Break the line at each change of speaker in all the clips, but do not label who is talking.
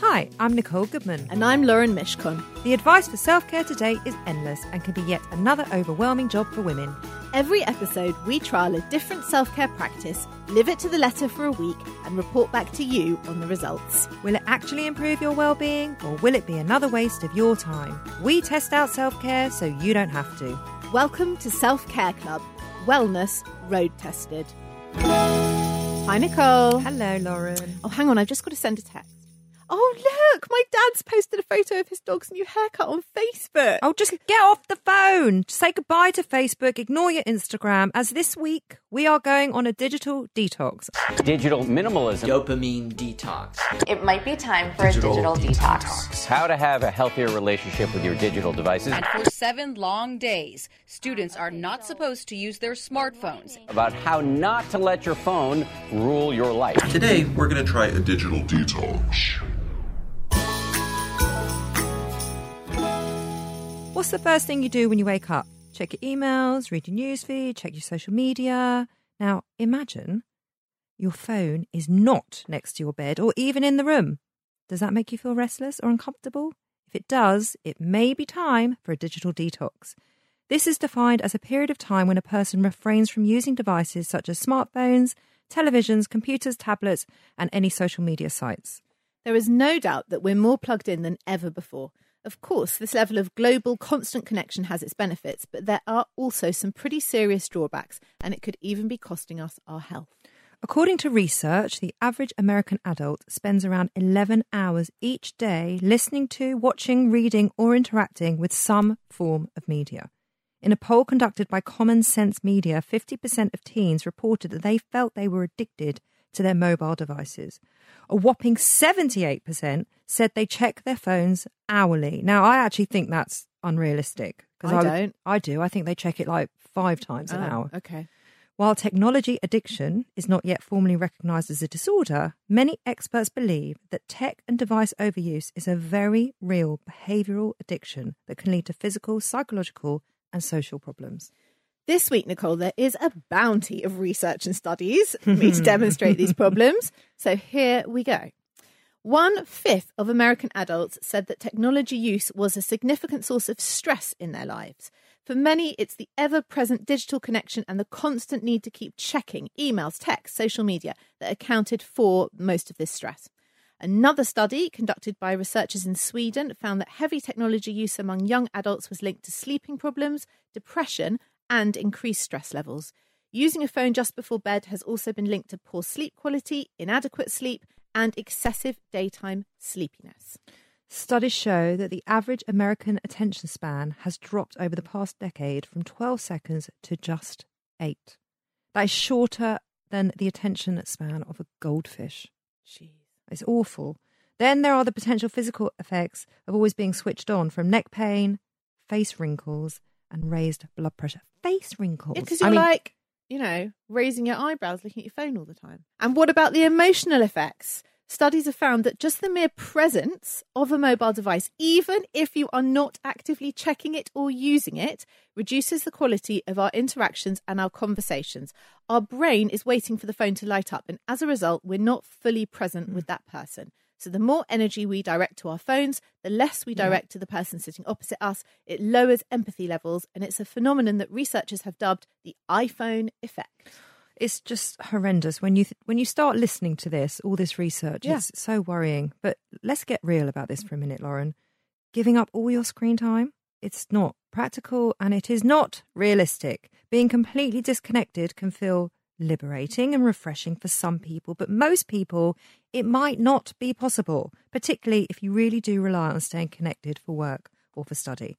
Hi, I'm Nicole Goodman.
And I'm Lauren Mishkon.
The advice for self care today is endless and can be yet another overwhelming job for women.
Every episode, we trial a different self care practice, live it to the letter for a week, and report back to you on the results.
Will it actually improve your well being, or will it be another waste of your time? We test out self care so you don't have to.
Welcome to Self Care Club Wellness Road Tested. Hi, Nicole.
Hello, Lauren.
Oh, hang on, I've just got to send a text. Oh, look, my dad's posted a photo of his dog's new haircut on Facebook.
Oh, just get off the phone. Just say goodbye to Facebook, ignore your Instagram, as this week we are going on a digital detox.
digital minimalism,
dopamine detox.
It might be time for a digital detox.
how to have a healthier relationship with your digital devices,
And for seven long days, students are not supposed to use their smartphones.
about how not to let your phone rule your life.
Today, we're going to try a digital detox.
What's the first thing you do when you wake up? Check your emails, read your newsfeed, check your social media. Now, imagine your phone is not next to your bed or even in the room. Does that make you feel restless or uncomfortable? If it does, it may be time for a digital detox. This is defined as a period of time when a person refrains from using devices such as smartphones, televisions, computers, tablets, and any social media sites.
There is no doubt that we're more plugged in than ever before. Of course, this level of global constant connection has its benefits, but there are also some pretty serious drawbacks, and it could even be costing us our health.
According to research, the average American adult spends around 11 hours each day listening to, watching, reading, or interacting with some form of media. In a poll conducted by Common Sense Media, 50% of teens reported that they felt they were addicted to their mobile devices. A whopping 78% said they check their phones hourly. Now, I actually think that's unrealistic. 'cause
I
would-
don't.
I do. I think they check it like five times an
Oh,
hour.
Okay.
While technology addiction is not yet formally recognised as a disorder, many experts believe that tech and device overuse is a very real behavioural addiction that can lead to physical, psychological, and social problems.
This week, Nicole, there is a bounty of research and studies for me to demonstrate these problems. So here we go. One fifth of American adults said that technology use was a significant source of stress in their lives. For many, it's the ever present digital connection and the constant need to keep checking emails, texts, social media that accounted for most of this stress. Another study conducted by researchers in Sweden found that heavy technology use among young adults was linked to sleeping problems, depression, and increased stress levels. Using a phone just before bed has also been linked to poor sleep quality, inadequate sleep, and excessive daytime sleepiness.
Studies show that the average American attention span has dropped over the past decade from 12 seconds to just eight. That is shorter than the attention span of a goldfish.
Jeez.
It's awful. Then there are the potential physical effects of always being switched on from neck pain, face wrinkles, and raised blood pressure. Face wrinkles.
Because
I
you're
mean,
like, you know, raising your eyebrows, looking at your phone all the time. And what about the emotional effects? Studies have found that just the mere presence of a mobile device, even if you are not actively checking it or using it, reduces the quality of our interactions and our conversations. Our brain is waiting for the phone to light up, and as a result, we're not fully
Hmm.
present with that person. So, the more energy we direct to our phones, the less we direct to the person sitting opposite us. It lowers empathy levels, and it's a phenomenon that researchers have dubbed the iPhone effect.
It's just horrendous when you th- when you start listening to this, all this research.
Yeah.
It's so worrying. But let's get real about this for a minute, Lauren. Giving up all your screen time, it's not practical and it is not realistic. Being completely disconnected can feel liberating and refreshing for some people, but most people it might not be possible, particularly if you really do rely on staying connected for work or for study.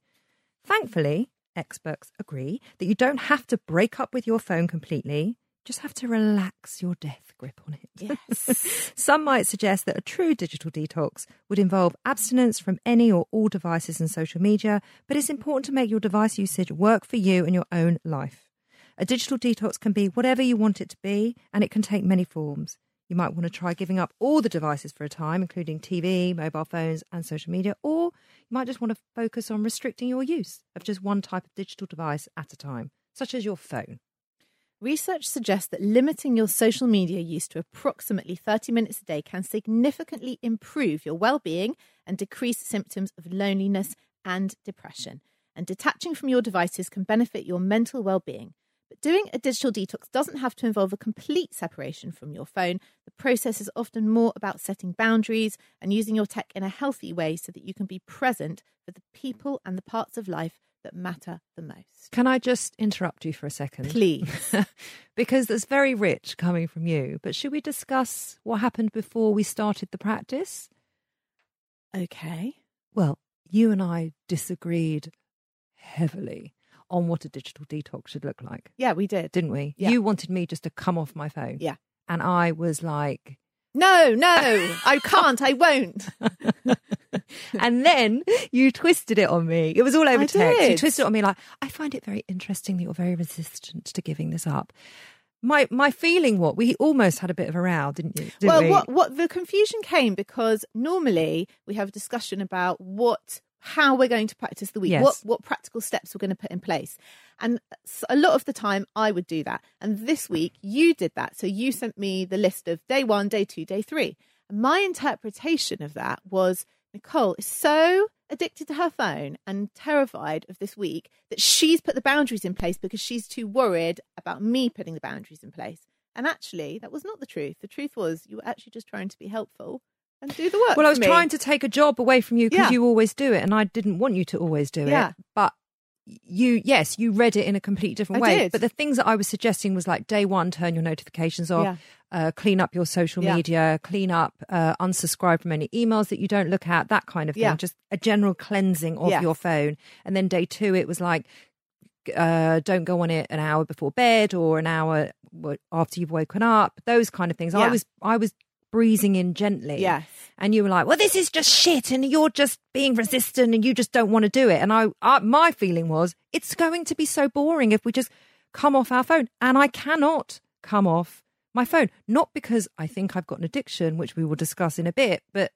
Thankfully, experts agree that you don't have to break up with your phone completely. Just have to relax your death grip on it. Yes. Some might suggest that a true digital detox would involve abstinence from any or all devices and social media, but it's important to make your device usage work for you and your own life. A digital detox can be whatever you want it to be, and it can take many forms. You might want to try giving up all the devices for a time, including TV, mobile phones, and social media, or you might just want to focus on restricting your use of just one type of digital device at a time, such as your phone.
Research suggests that limiting your social media use to approximately 30 minutes a day can significantly improve your well-being and decrease symptoms of loneliness and depression. And detaching from your devices can benefit your mental well-being. But doing a digital detox doesn't have to involve a complete separation from your phone. The process is often more about setting boundaries and using your tech in a healthy way so that you can be present for the people and the parts of life that matter the most.
Can I just interrupt you for a second?
Please.
because that's very rich coming from you, but should we discuss what happened before we started the practice?
Okay.
Well, you and I disagreed heavily on what a digital detox should look like,
Yeah, we did.
didn't we?
Yeah.
You wanted me just to come off my phone.
Yeah.
And I was like,
No, no, I can't. I won't.
and then you twisted it on me. It was all over
I
text. You
did.
twisted it on me like, I find it very interesting that you're very resistant to giving this up. My my feeling what we almost had a bit of a row, didn't you? Didn't
well,
we?
what what the confusion came because normally we have a discussion about what how we're going to practice the week,
Yes.
what what practical steps we're going to put in place, and s- a lot of the time I would do that, and this week you did that, so you sent me the list of day one, day two, day three. And my interpretation of that was Nicole is so addicted to her phone and terrified of this week that she's put the boundaries in place because she's too worried about me putting the boundaries in place. And actually, that was not the truth. The truth was you were actually just trying to be helpful and do the work.
Well, I
for
was
me.
trying to take a job away from you because
Yeah.
you always do it, and I didn't want you to always do
Yeah.
it. But you, yes, you read it in a completely different
I
way.
did.
But the things that I was suggesting was like day one, turn your notifications off,
Yeah.
uh, clean up your social
Yeah.
media, clean up, uh, unsubscribe from any emails that you don't look at, that kind of thing.
Yeah.
Just a general cleansing of
Yes.
your phone. And then day two, it was like uh, don't go on it an hour before bed or an hour w- after you've woken up. Those kind of things. I
Yeah.
was I was breezing in gently.
Yes.
And you were like, "Well, this is just shit, and you're just being resistant, and you just don't want to do it." And I, I my feeling was, it's going to be so boring if we just come off our phone, and I cannot come off my phone, not because I think I've got an addiction, which we will discuss in a bit, but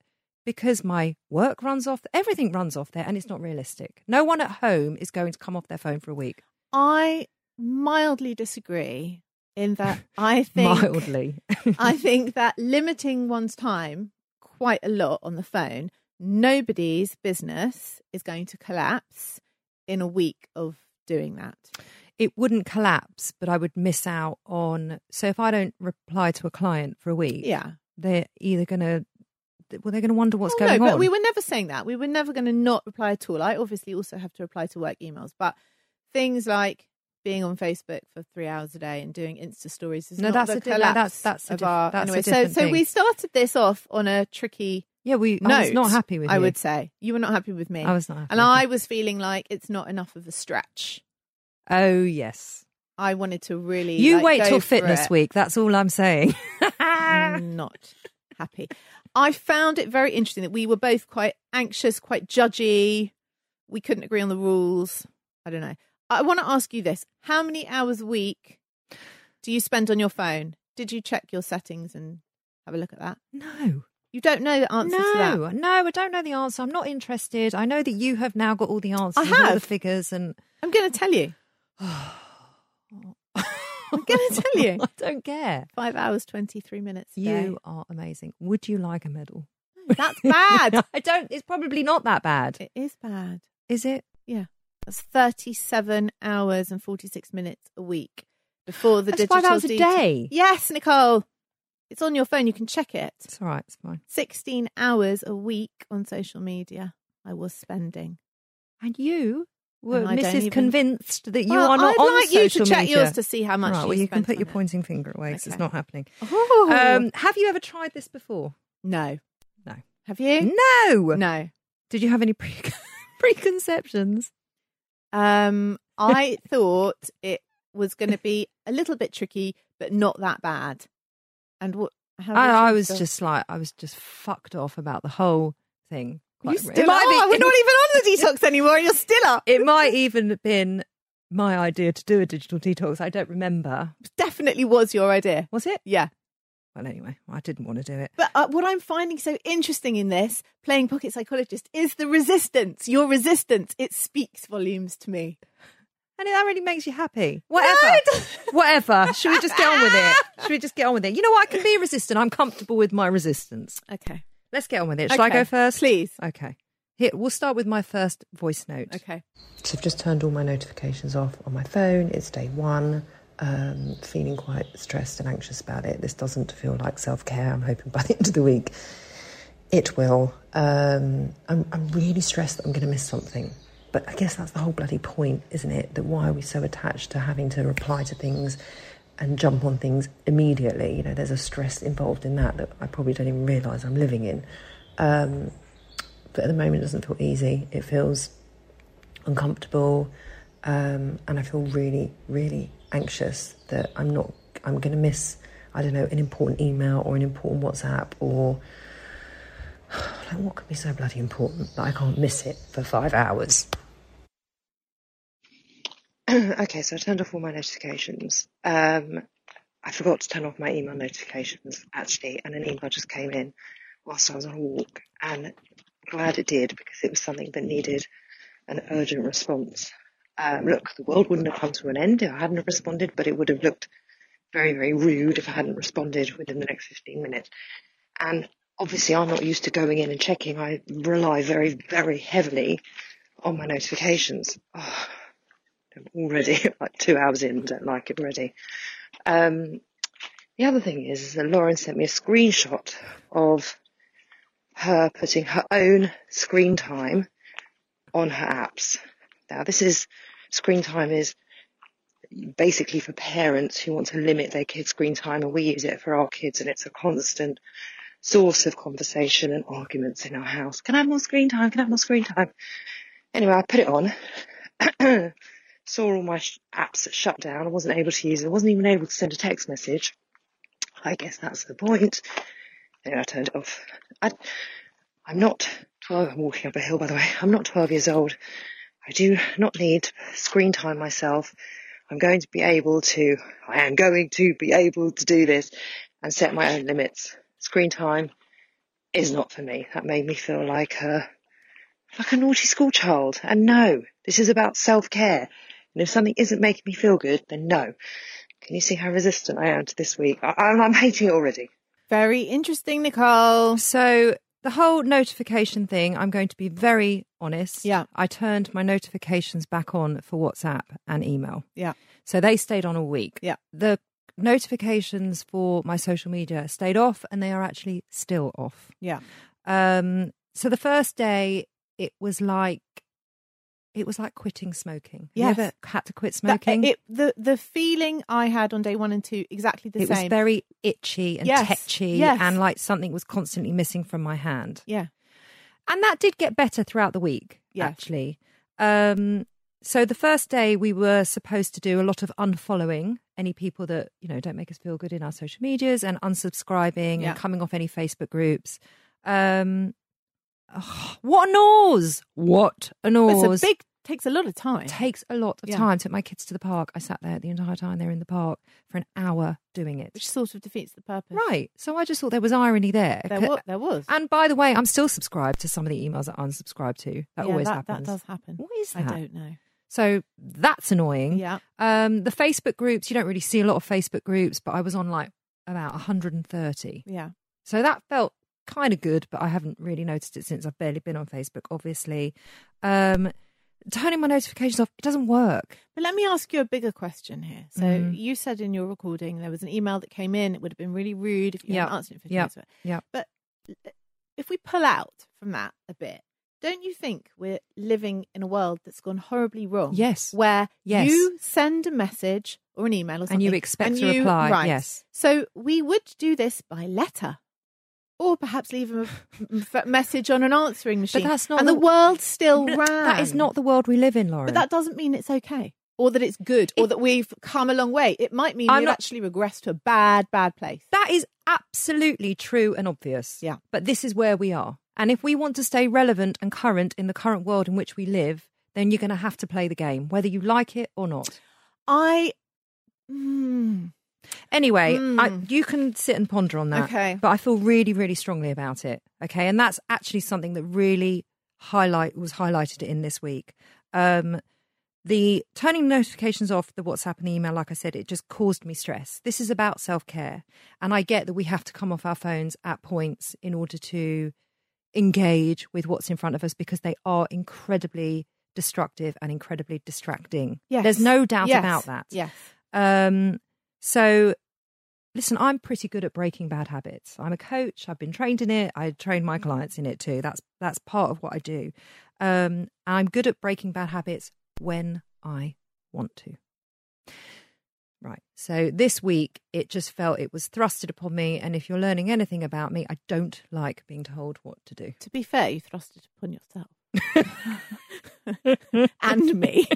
because my work runs off, everything runs off there, and it's not realistic. No one at home is going to come off their phone for a week.
I mildly disagree in that I think
mildly.
I think that limiting one's time quite a lot on the phone, nobody's business is going to collapse in a week of doing that.
it wouldn't collapse, but I would miss out on. So if I don't reply to a client for a week,
Yeah.
they're either going to, well, they're going to wonder what's
Oh,
going
no,
on.
But we were never saying that. We were never going to not reply at all. I obviously also have to reply to work emails, but things like being on Facebook for three hours a day and doing Insta stories is
No,
not
that's
the
a di- no,
collapse
that's- that's a
of
diff-
our
that's a
anyway. So,
different
so we
thing.
started this off on a tricky
yeah, we.
no,
I was not happy with.
I
you.
would say you were not happy with me.
I was not happy
and
with
I
you.
was feeling like it's not enough of a stretch.
Oh yes,
I wanted to really.
you
like,
wait
go
till
for
fitness
it. Mm.
week. That's all I'm saying.
Not happy. I found it very interesting that we were both quite anxious, quite judgy. We couldn't agree on the rules. I don't know. I want to ask you this: How many hours a week do you spend on your phone? Did you check your settings and have a look at that?
no.
You don't know the answers to that.
No, no, I don't know the answer. I'm not interested. I know that you have now got all the answers, and all the
have.
figures, and
I'm going to tell you.
I'm
gonna tell you.
I don't care.
Five hours, twenty-three minutes. a day.
You are amazing. Would you like a medal?
That's bad.
I don't. It's probably not that bad,
it is bad.
is it?
Yeah. That's 37 hours and 46 minutes a week. before the
That's
digital
five hours a
detox.
day.
Yes, Nicole. It's on your phone. You can check it.
It's all right. It's fine.
16 hours a week on social media I was spending.
And you were
And I don't
Mrs.
even-
Convinced that you
Well,
are not
I'd
on
like you to
social
check
media.
yours to see how much
Right,
you
well, you can
spent
put your
on it.
pointing finger away 'cause it's
Okay.
not happening.
Oh.
Um, have you ever tried this before?
no.
No.
Have you?
No.
Eh? No.
Did you have any pre- preconceptions?
Um, I thought it was going to be a little bit tricky, but not that bad. And what? How did
I, I
you
was
feel?
just like, I was just fucked off about the whole thing.
You
Quite
still
re-
are. We're not even on the detox anymore. and You're still up.
it might even have been my idea to do a digital detox. I don't remember.
definitely was your idea.
Was it?
Yeah.
Well, anyway, I didn't want to do it.
But uh, what I'm finding so interesting in this, playing pocket psychologist, is the resistance. Your resistance, it speaks volumes to me.
And that really makes you happy.
it
Whatever.
doesn't.
Whatever. Should we just get on with it? Should we just get on with it? You know what? I can be resistant. I'm comfortable with my resistance.
Okay.
Let's get on with it. Shall I
Okay,
go first?
please.
Okay. Here, we'll start with my first voice note.
Okay.
So I've just turned all my notifications off on my phone. It's day one. Um, feeling quite stressed and anxious about it. This doesn't feel like self care. I'm hoping by the end of the week it will. Um, I'm, I'm really stressed that I'm going to miss something. But I guess that's the whole bloody point, isn't it? That why are we so attached to having to reply to things and jump on things immediately? You know, there's a stress involved in that that I probably don't even realise I'm living in. Um, but at the moment, it doesn't feel easy. It feels uncomfortable um, and I feel really, really anxious that I'm not, I'm going to miss, I don't know, an important email or an important WhatsApp or like what could be so bloody important that I can't miss it for five hours? okay, so I turned off all my notifications. Um, I forgot to turn off my email notifications actually, and an email just came in whilst I was on a walk, and glad it did because it was something that needed an urgent response. Um, look, the world wouldn't have come to an end if I hadn't have responded, but it would have looked very, very rude if I hadn't responded within the next 15 minutes. And obviously, I'm not used to going in and checking. I rely very, very heavily on my notifications. Oh, I'm already like two hours in, don't like it already. Um, the other thing is, is that Lauren sent me a screenshot of her putting her own screen time on her apps. Now, this is screen time is basically for parents who want to limit their kids' screen time, and we use it for our kids, and it's a constant source of conversation and arguments in our house. Can I have more screen time? Can I have more screen time? Anyway, I put it on, saw all my sh- apps shut down. I wasn't able to use it. I wasn't even able to send a text message. I guess that's the point. Anyway, I turned it off. I, I'm not 12, I'm walking up a hill by the way. I'm not 12 years old. I do not need screen time myself. I'm going to be able to, I am going to be able to do this and set my own limits. Screen time is not for me. That made me feel like a, like a naughty school child. And no, this is about self care. And if something isn't making me feel good, then no. Can you see how resistant I am to this week? I, I'm, I'm hating it already.
Very interesting, Nicole.
So the whole notification thing, I'm going to be very honest.
Yeah.
I turned my notifications back on for WhatsApp and email.
Yeah.
So they stayed on a week.
Yeah.
The notifications for my social media stayed off and they are actually still off.
Yeah.
Um so the first day it was like it was like quitting smoking.
Yes.
You ever had to quit
That-
smoking?
it, the, the feeling I had on day one and two, exactly the
It was
same.
very itchy and
Yes.
tetchy
Yes.
and like something was constantly missing from my hand.
yeah.
and that did get better throughout the week
Yeah.
actually um so the first day we were supposed to do a lot of unfollowing any people that you know don't make us feel good in our social medias and unsubscribing
Yeah.
and coming off any facebook groups um ugh, what a nose what a
But
nose
It's a big, takes a lot of time.
takes a lot of
Yeah.
time took my kids to the park i sat there the entire time they were in the park for an hour doing it
which sort of defeats the purpose.
right so i just thought there was irony there
There, wa- there was.
and by the way, I'm still subscribed to some of the emails that I'm unsubscribed to. That
Yeah,
always
that,
happens.
That does happen.
What is
I
that?
don't know.
So that's annoying.
Yeah.
Um, the Facebook groups, you don't really see a lot of Facebook groups, but I was on like about 130.
Yeah.
So that felt kind of good, but I haven't really noticed it since I've barely been on Facebook, obviously. Um, turning my notifications off, it doesn't work.
But let me ask you a bigger question here. So
Mm.
you said in your recording there was an email that came in. It would have been really rude if you
Yeah.
hadn't answered it for 15
Yeah.
minutes. But
Yeah.
if we pull out from that a bit, don't you think we're living in a world that's gone horribly wrong?
Yes.
Where
Yes.
you send a message or an email or
And
something.
you expect a reply, yes.
So we would do this by letter. Or perhaps leave a m- f- message on an answering machine.
that's not
and
the-
the, world still ran.
That is not the world we live in, Lauren.
But that doesn't mean it's okay or that it's good or that we've come a long way. It might mean
I'm
we've
not-
actually regressed to a bad, bad place.
That is absolutely true and obvious.
Yeah.
But this is where we are. And if we want to stay relevant and current in the current world in which we live, then you're going to have to play the game, whether you like it or not.
I. Mm,
Anyway, I,
Mm.
you can sit and ponder on that.
Okay.
But I feel really, really strongly about it. Okay. And that's actually something that really highlight was highlighted in this week. Um, the turning notifications off the WhatsApp and the email, like I said, it just caused me stress. This is about self care. And I get that we have to come off our phones at points in order to engage with what's in front of us because they are incredibly destructive and incredibly distracting.
yes.
There's no doubt
Yes.
about that.
Yes.
Um, so, listen, I'm pretty good at breaking bad habits. I'm a coach. I've been trained in it. I train
Mm-hmm.
my clients in it too. That's that's part of what I do. Um, I'm good at breaking bad habits when I want to. Right. So this week, it just felt it was thrusted upon me. And if you're learning anything about me, I don't like being told what to do.
To be fair, you thrust it upon yourself and me.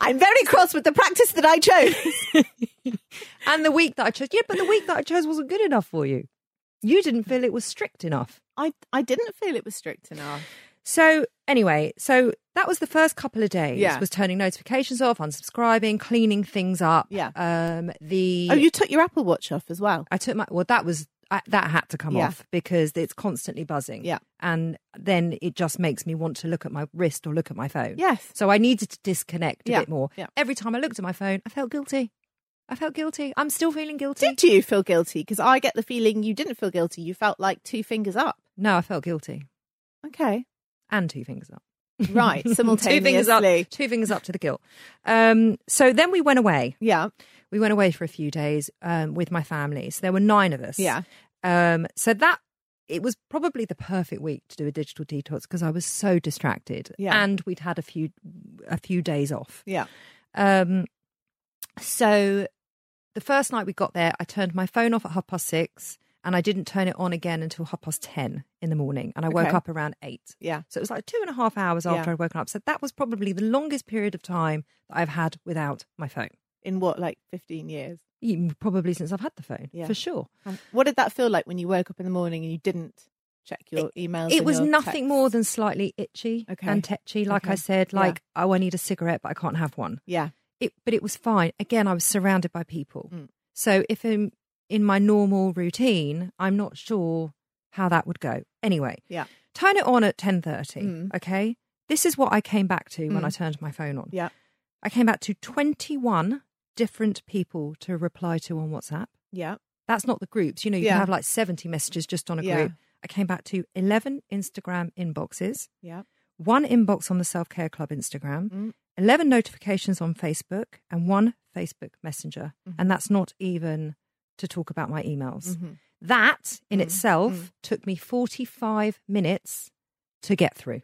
I'm very cross with the practice that I chose.
And the week that I chose, yeah, but the week that I chose wasn't good enough for you. You didn't feel it was strict enough.
I, I didn't feel it was strict enough.
So anyway, so that was the first couple of days.
Yeah.
Was turning notifications off, unsubscribing, cleaning things up.
Yeah.
Um. The
Oh, you took your Apple Watch off as well.
I took my well. That was I, that had to come
Yeah.
off because it's constantly buzzing.
Yeah.
And then it just makes me want to look at my wrist or look at my phone.
Yes.
So I needed to disconnect a
Yeah.
bit more.
Yeah.
Every time I looked at my phone, I felt guilty. I felt guilty. I'm still feeling guilty.
Did you feel guilty? Because I get the feeling you didn't feel guilty. You felt like two fingers up.
No, I felt guilty.
Okay.
And two fingers up.
Right, simultaneously.
two fingers up. Two fingers up to the guilt. Um. So then we went away.
Yeah,
we went away for a few days um, with my family. So there were nine of us.
Yeah.
Um, so that it was probably the perfect week to do a digital detox because I was so distracted.
Yeah.
And we'd had a few a few days off.
yeah.
Um, so the first night we got there, I turned my phone off at half past six, and I didn't turn it on again until half past ten in the morning, and I woke
Okay.
up around eight.
Yeah.
So it was like two and a half hours
Yeah.
after I'd woken up. So that was probably the longest period of time that I've had without my phone.
In what, like 15 years?
Even probably since I've had the phone,
Yeah.
for sure.
Um, What did that feel like when you woke up in the morning and you didn't check your emails?
It
and
was
your
nothing
texts?
more than slightly itchy
Okay.
and tetchy. Like I
Okay.
said,
Yeah.
like, oh, I need a cigarette, but I can't have one.
Yeah,
It, but it was fine. Again, I was surrounded by people.
Mm.
So if in, in my normal routine, I'm not sure how that would go. Anyway,
yeah,
turn it on at 10.30,
Mm.
okay? This is what I came back to when I
Mm.
turned my phone on.
yeah,
I came back to 21 different people to reply to on WhatsApp.
yeah.
That's not the groups. You know, you
Yeah.
can have like 70 messages just on a
Yeah.
group. I came back to 11 Instagram inboxes,
Yeah.
one inbox on the Self Care Club Instagram,
Mm.
11 notifications on Facebook, and one Facebook Messenger.
Mm-hmm.
And that's not even to talk about my emails.
Mhm.
That in
Mm.
itself
Mm.
took me 45 minutes to get through.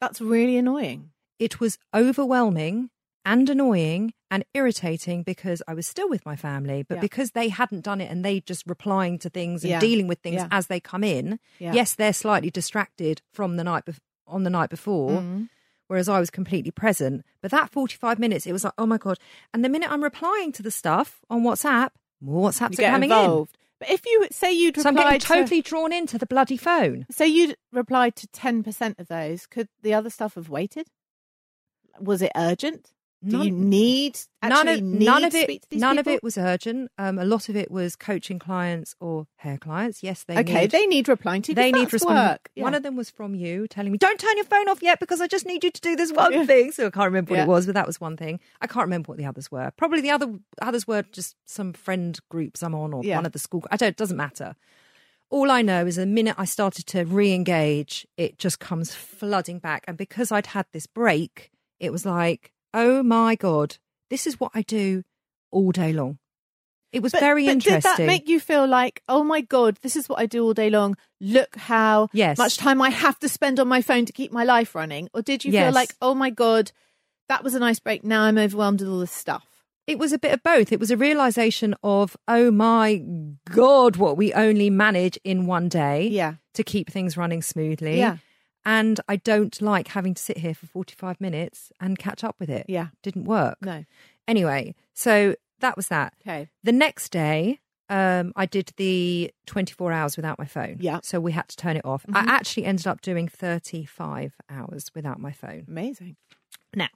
That's really annoying.
It was overwhelming and annoying and irritating because I was still with my family, but
Yeah.
because they hadn't done it and they just replying to things and
Yeah.
dealing with things
Yeah.
as they come in.
Yeah.
Yes, they're slightly distracted from the night bef- on the night before,
Mhm.
whereas I was completely present. But that forty-five minutes, it was like, oh my god! And the minute I'm replying to the stuff on WhatsApp, more WhatsApps
You
are
get
coming
involved. But if you say you'd
in. So I'm
reply
getting
to-
totally drawn into the bloody phone.
So you'd reply to 10% of those. Could the other stuff have waited? Was it urgent? Do you
None-
need
none
actually
of
need
none of
to
it
speak to these
none
people?
of it was urgent. Um, a lot of it was coaching clients or hair clients. Yes, they
okay,
need,
they need replying to. 'cause
they need
that's
responding.
work. Yeah.
One of them was from you telling me, "Don't turn your phone off yet because I just need you to do this one
Yeah.
thing." So I can't remember what
Yeah.
it was, but that was one thing. I can't remember what the others were. Probably the other others were just some friend groups I'm on or
Yeah.
one of the school. I don't. It doesn't matter. All I know is the minute I started to re engage, it just comes flooding back. And because I'd had this break, it was like, oh my God, this is what I do all day long. It was very interesting.
Did that make you feel like, oh my god, this is what I do all day long? Look how
Yes.
much time I have to spend on my phone to keep my life running, or did you feel
Yes.
like, oh my god, that was a nice break? Now I'm overwhelmed with all this stuff.
It was a bit of both. It was a realization of, oh my God, what we only manage in one day
Yeah.
to keep things running smoothly.
Yeah.
And I don't like having to sit here for 45 minutes and catch up with it.
Yeah.
Didn't work.
No.
Anyway, so that was that.
Okay.
The next day, um, I did the 24 hours without my phone.
Yeah. Mm-hmm.
So we had to turn it off. I actually ended up doing 35 hours without my phone.
Amazing.
Now,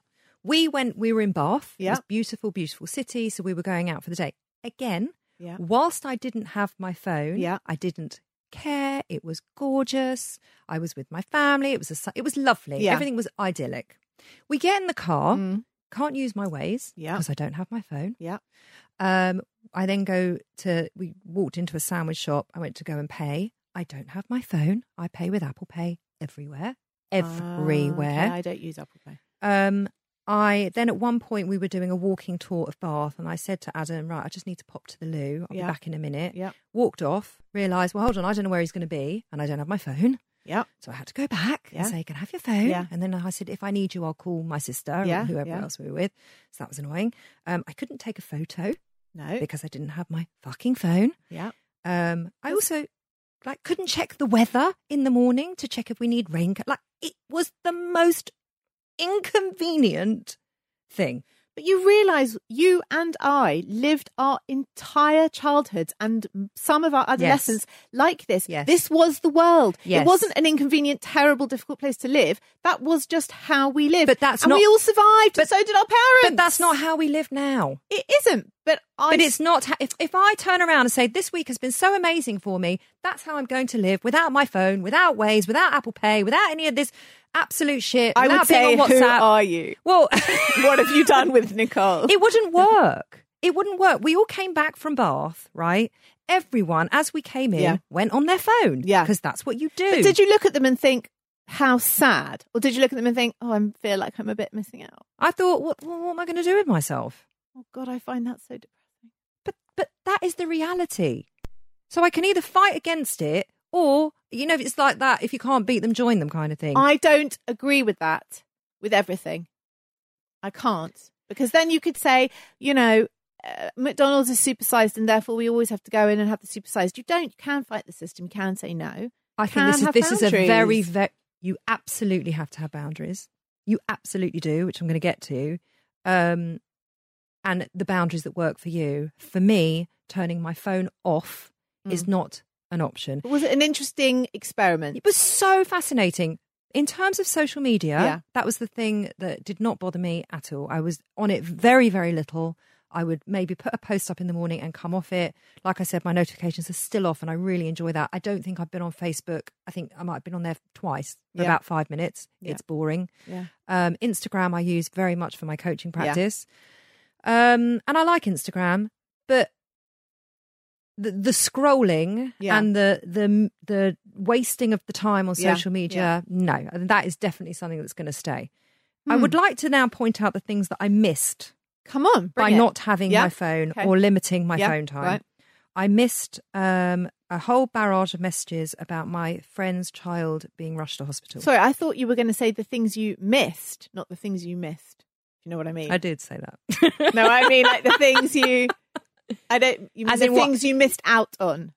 we went, we were in Bath. It was
Yeah.
beautiful, beautiful city. So we were going out for the day. Again,
Yeah.
whilst I didn't have my phone,
Yeah.
I didn't care. It was gorgeous. I was with my family. It was a, su- it was lovely.
Yeah. Mm.
Everything was idyllic. We get in the car. Can't use my ways
Yeah.
because I don't have my phone.
Yeah.
Um, I then go to, we walked into a sandwich shop. I went to go and pay. I don't have my phone. I pay with Apple Pay everywhere. Everywhere.
Ah, okay, Ah, I don't use Apple Pay.
Um, I then at one point we were doing a walking tour of Bath, and I said to Adam, "Right, I just need to pop to the loo. I'll
Yeah.
be back in a minute."
Yeah.
Walked off, realised, well, hold on, I don't know where he's going to be, and I don't have my phone,
Yeah.
so I had to go back
Yeah.
and say, "Can I have your phone?"
Yeah.
And then I said, "If I need you, I'll call my sister
Yeah,
or whoever
yeah.
else we were with." So that was annoying. Um, I couldn't take a photo
No.
because I didn't have my fucking phone.
Yeah.
Um, I also like couldn't check the weather in the morning to check if we need raincoat. Like it was the most inconvenient thing.
But you realise you and I lived our entire childhoods and some of our adolescence like this.
Yes.
This was the world. It
Yes.
wasn't an inconvenient, terrible, difficult place to live. That was just how we lived.
But that's
and
not-
we all survived.
but-
But, so did our parents.
But that's not how we live now.
It isn't. But I.
But it's not. ha- If if I turn around and say this week has been so amazing for me, that's how I'm going to live without my phone, without Waze, without Apple Pay, without any of this absolute shit.
I
without
would say,
being on
who
WhatsApp.
are you?
Well,
What have you done with Nicole?
It wouldn't work. It wouldn't work. We all came back from Bath, right? Everyone, as we came in,
Yeah.
went on their phone.
Yeah.
Because that's what you do.
But did you look at them and think, how sad? Or did you look at them and think, oh, I feel like I'm a bit missing out?
I thought, what, what what am I going to do with myself?
Oh, God, I find that so depressing.
But, but that is the reality. So I can either fight against it or, you know, it's like that if you can't beat them, join them kind of thing.
I don't agree with that with everything. I can't because then you could say, you know, uh, McDonald's is supersized and therefore we always have to go in and have the supersized. You don't. You can fight the system. You can say no.
I think this
can
is,
have
this is a very,
boundaries.
very, you absolutely have to have boundaries. You absolutely do, which I'm going to get to. Um, and the boundaries that work for you. For me, turning my phone off
Hmm.
is not an option.
But was it an interesting experiment?
It was so fascinating. In terms of social media,
Yeah.
that was the thing that did not bother me at all. I was on it very, very little. I would maybe put a post up in the morning and come off it. Like I said, my notifications are still off and I really enjoy that. I don't think I've been on Facebook. I think I might have been on there twice for
Yeah.
about five minutes.
Yeah.
It's boring.
Yeah.
Um, Instagram, I use very much for my coaching practice. Um, and I like Instagram, but the, the scrolling
Yeah.
and the, the the wasting of the time on
Yeah, Hmm.
social media, no, that is definitely something that's going to stay. I would like to now point out the things that I missed
Come on,
by
bring it.
not having
Yeah,
my phone
okay.
or limiting my
Yeah,
phone time.
right.
I missed um, a whole barrage of messages about my friend's child being rushed to hospital.
Sorry, I thought you were going to say the things you missed, not the things you missed. You know what I mean?
I did say that.
no, I mean like the things you. I don't. You mean
As
the
in what?
things you missed out on.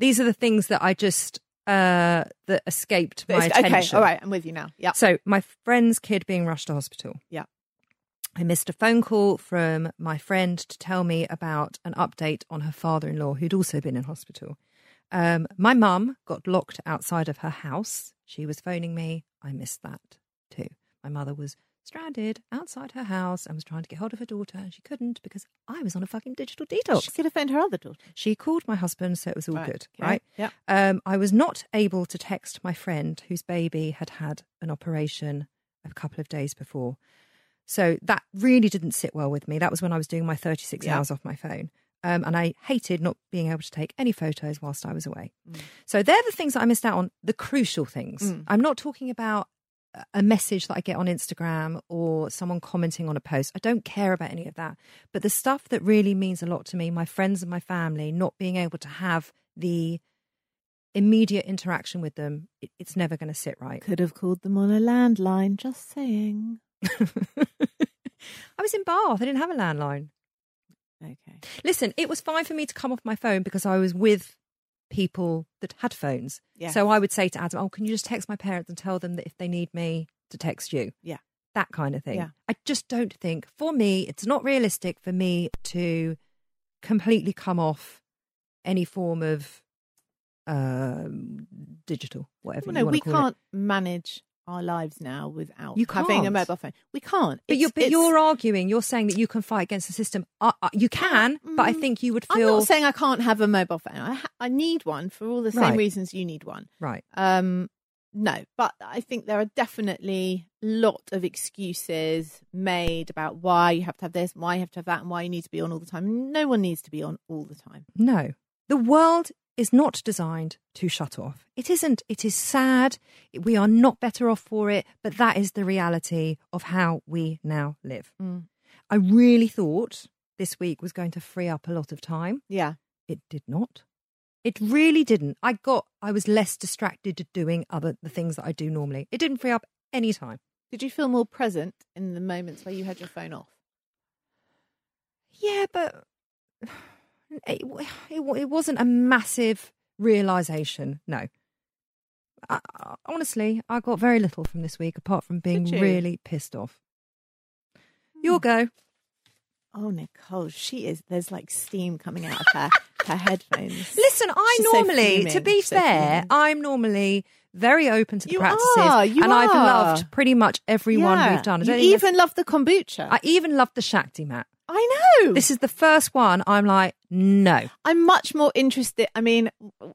These are the things that I just uh, that escaped my
okay,
attention.
all right, I'm with you now. Yeah,
So my friend's kid being rushed to hospital.
Yeah.
I missed a phone call from my friend to tell me about an update on her father in law, who'd also been in hospital. Um, my mum got locked outside of her house. She was phoning me. I missed that too. My mother was stranded outside her house and was trying to get hold of her daughter, and she couldn't because I was on a fucking digital detox.
she could offend her other daughter.
She called my husband, so it was all
Right,
good,
okay,
right?
yep.
Um, I was not able to text my friend whose baby had had an operation a couple of days before. So that really didn't sit well with me. That was when I was doing my 36
Yeah.
hours off my phone. Um, and I hated not being able to take any photos whilst I was away. So they're the things that I missed out on, the crucial things. I'm not talking about a- a message that I get on Instagram or someone commenting on a post. I don't care about any of that. But the stuff that really means a lot to me, my friends and my family, not being able to have the immediate interaction with them, it, it's never going to sit right.
Could have called them on a landline, just saying.
I was in Bath, I didn't have a landline.
Okay.
Listen, it was fine for me to come off my phone because I was with people that had phones.
Yeah.
So I would say to Adam, "Oh, can you just text my parents and tell them that if they need me to text you?"
Yeah.
That kind of thing.
Yeah.
I just don't think for me it's not realistic for me to completely come off any form of um digital whatever
Well,
you
no,
want
we
to call
can't manage our lives now without
You
having a
can't.
mobile phone. We can't.
it. But you're, but
It's-
you're arguing. You're saying that you can fight against the system. Uh, uh, you can, but I
Mm,
think you would
I'm
feel
not saying I can't have a mobile phone. I ha- I need one for all the same
Right.
reasons you need one.
right.
Um, no, but I think there are definitely a lot of excuses made about why you have to have this, why you have to have that, and why you need to be on all the time. No one needs to be on all the time.
No. The world is not designed to shut off. It isn't. It is sad. We are not better off for it, but that is the reality of how we now live. I really thought this week was going to free up a lot of time.
Yeah.
It did not. It really didn't. I got I was less distracted doing other the things that I do normally. It didn't free up any time.
Did you feel more present in the moments where you had your phone off?
Yeah, but it, w- it, w- it wasn't a massive realization. No. I, I- honestly, I got very little from this week apart from being
Did you? Hmm.
really pissed off. Your go.
Oh, Nicole, she is. There's like steam coming out of her her headphones.
Listen, I
She's so
normally, to
fuming,
be
so
fair,
fuming.
I'm normally very open to the
You
practices,
are, you
and I've
are.
loved pretty much every one
Yeah.
we've done. I
You
don't think
even love the kombucha.
that's- I even loved the Shakti mat.
I know.
This is the first one I'm like, no.
I'm much more interested. I mean,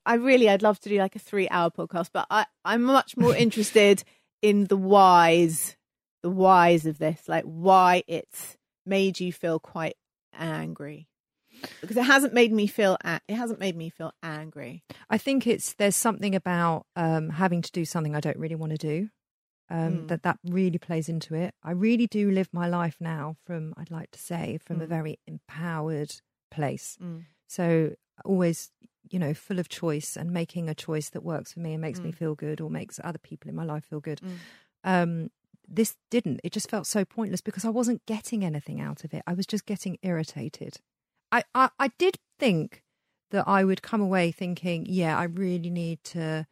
I really, I'd love to do like a three hour podcast, but I, I'm much more interested in the whys, the whys of this, like why it's made you feel quite angry. Because it hasn't made me feel, a- it hasn't made me feel angry.
I think it's there's something about um, having to do something I don't really want to do. Um, That that really plays into it. I really do live my life now from I'd like to say from a very empowered place. So always, you know, full of choice and making a choice that works for me and makes me feel good or makes other people in my life feel good. Um, this didn't. It just felt so pointless because I wasn't getting anything out of it. I was just getting irritated. I, I, I did think that I would come away thinking, yeah, I really need to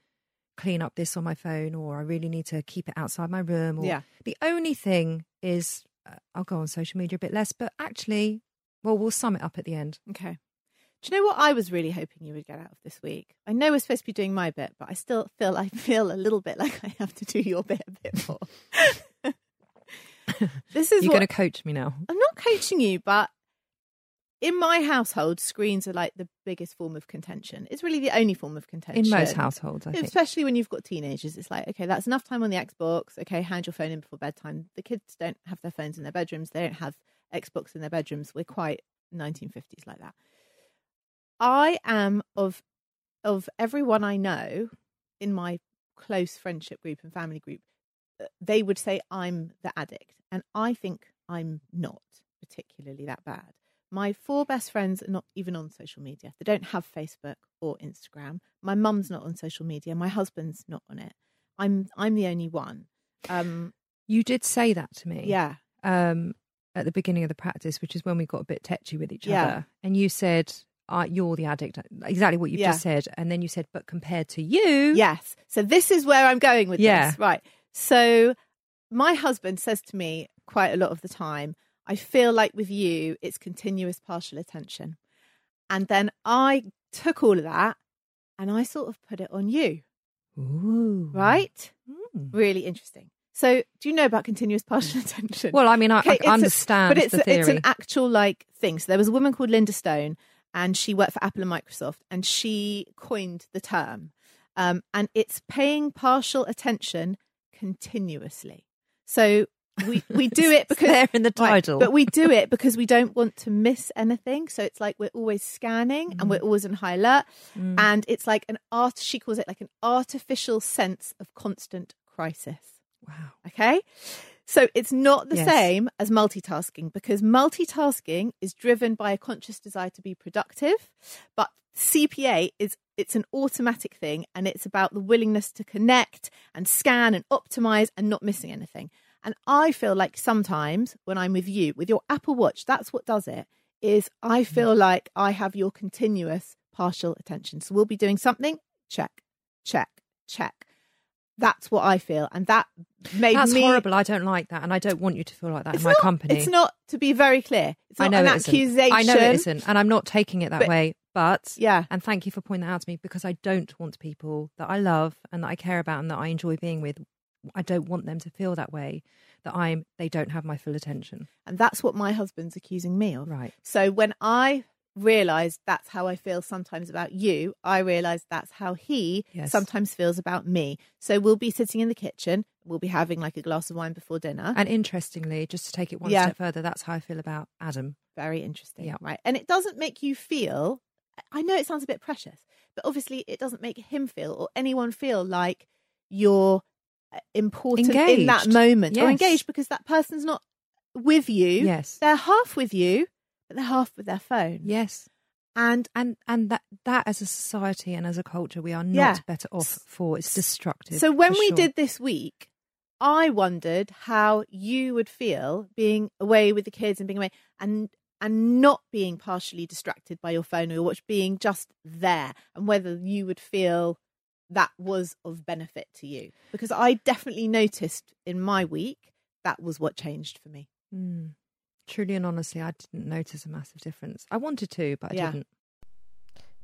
clean up this on my phone or I really need to keep it outside my room. Or
Yeah.
The only thing is, uh, I'll go on social media a bit less, but actually, well, we'll sum it up at the end.
Okay. Do you know what I was really hoping you would get out of this week? I know we're supposed to be doing my bit, but I still feel I feel a little bit like I have to do your bit a bit more. this is
You're
what
going to coach me now.
I'm not coaching you, but in my household, screens are like the biggest form of contention. It's really the only form of contention
In most households, I think.
especially when you've got teenagers. It's like, okay, that's enough time on the Xbox. Okay, hand your phone in before bedtime. The kids don't have their phones in their bedrooms. They don't have Xbox in their bedrooms. We're quite 1950s like that. I am of of everyone I know in my close friendship group and family group, uh, they would say I'm the addict, and I think I'm not particularly that bad. My four best friends are not even on social media. They don't have Facebook or Instagram. My mum's not on social media. My husband's not on it. I'm I'm the only one. Um,
You did say that to me.
yeah,
Um, at the beginning of the practice, which is when we got a bit tetchy with each
Yeah.
other. And you said, uh, you're the addict. Exactly what you've
Yeah.
just said. And then you said, but compared to you.
Yes. So this is where I'm going with
Mm-hmm. Yeah.
this. Right. So my husband says to me quite a lot of the time, I feel like with you, it's continuous partial attention. And then I took all of that and I sort of put it on you,
Ooh.
right?
Mm.
Really interesting. So do you know about continuous partial attention?
Well, I mean, I,
Okay,
I
it's a-
understand
but it's,
the
a-
theory.
it's an actual like thing. So there was a woman called Linda Stone, and she worked for Apple and Microsoft, and she coined the term. Um, and it's paying partial attention continuously. So we, we do it because
there in the
Right,
title.
but we do it because we don't want to miss anything. So it's like we're always scanning and
Mm.
we're always on high alert. And it's like an art, she calls it like an artificial sense of constant crisis.
wow.
Okay. So it's not the
Yes.
same as multitasking because multitasking is driven by a conscious desire to be productive, but CPA is it's an automatic thing and it's about the willingness to connect and scan and optimize and not missing anything. And I feel like sometimes when I'm with you with your Apple Watch, that's what does it is I feel like I have your continuous partial attention. So we'll be doing something, check, check, check. That's what I feel and that made
That's
me
horrible. I don't like that, and I don't want you to feel like that in my
not,
company.
It's not to be very clear. It's not
I know
an
it isn't.
accusation.
I know it isn't, and I'm not taking it that
But-
way. But
Yeah.
and thank you for pointing that out to me because I don't want people that I love and that I care about and that I enjoy being with. I don't want them to feel that way. That I'm. They don't have my full attention.
And that's what my husband's accusing me of.
Right.
So when I realised that's how I feel sometimes about you, I realised that's how he
Yes.
sometimes feels about me. So we'll be sitting in the kitchen, we'll be having like a glass of wine before dinner.
And interestingly, just to take it one
Yeah.
step further, that's how I feel about Adam.
Very interesting.
Yeah.
Right. And it doesn't make you feel, I know it sounds a bit precious, but obviously it doesn't make him feel or anyone feel like you're uh, important in that
Engaged.
moment or
Yes.
engaged because that person's not with you.
Yes.
They're half with you, but they're half with their phone.
Yes.
And
And and that that as a society and as a culture we are not
Yeah.
better off for. It's destructive.
so when
for
we
sure.
did this week, I wondered how you would feel being away with the kids and being away and and not being partially distracted by your phone or your watch, being just there, and whether you would feel that was of benefit to you. Because I definitely noticed in my week that was what changed for me.
Mm. Truly and honestly, I didn't notice a massive difference. I wanted to, but I
Yeah.
didn't.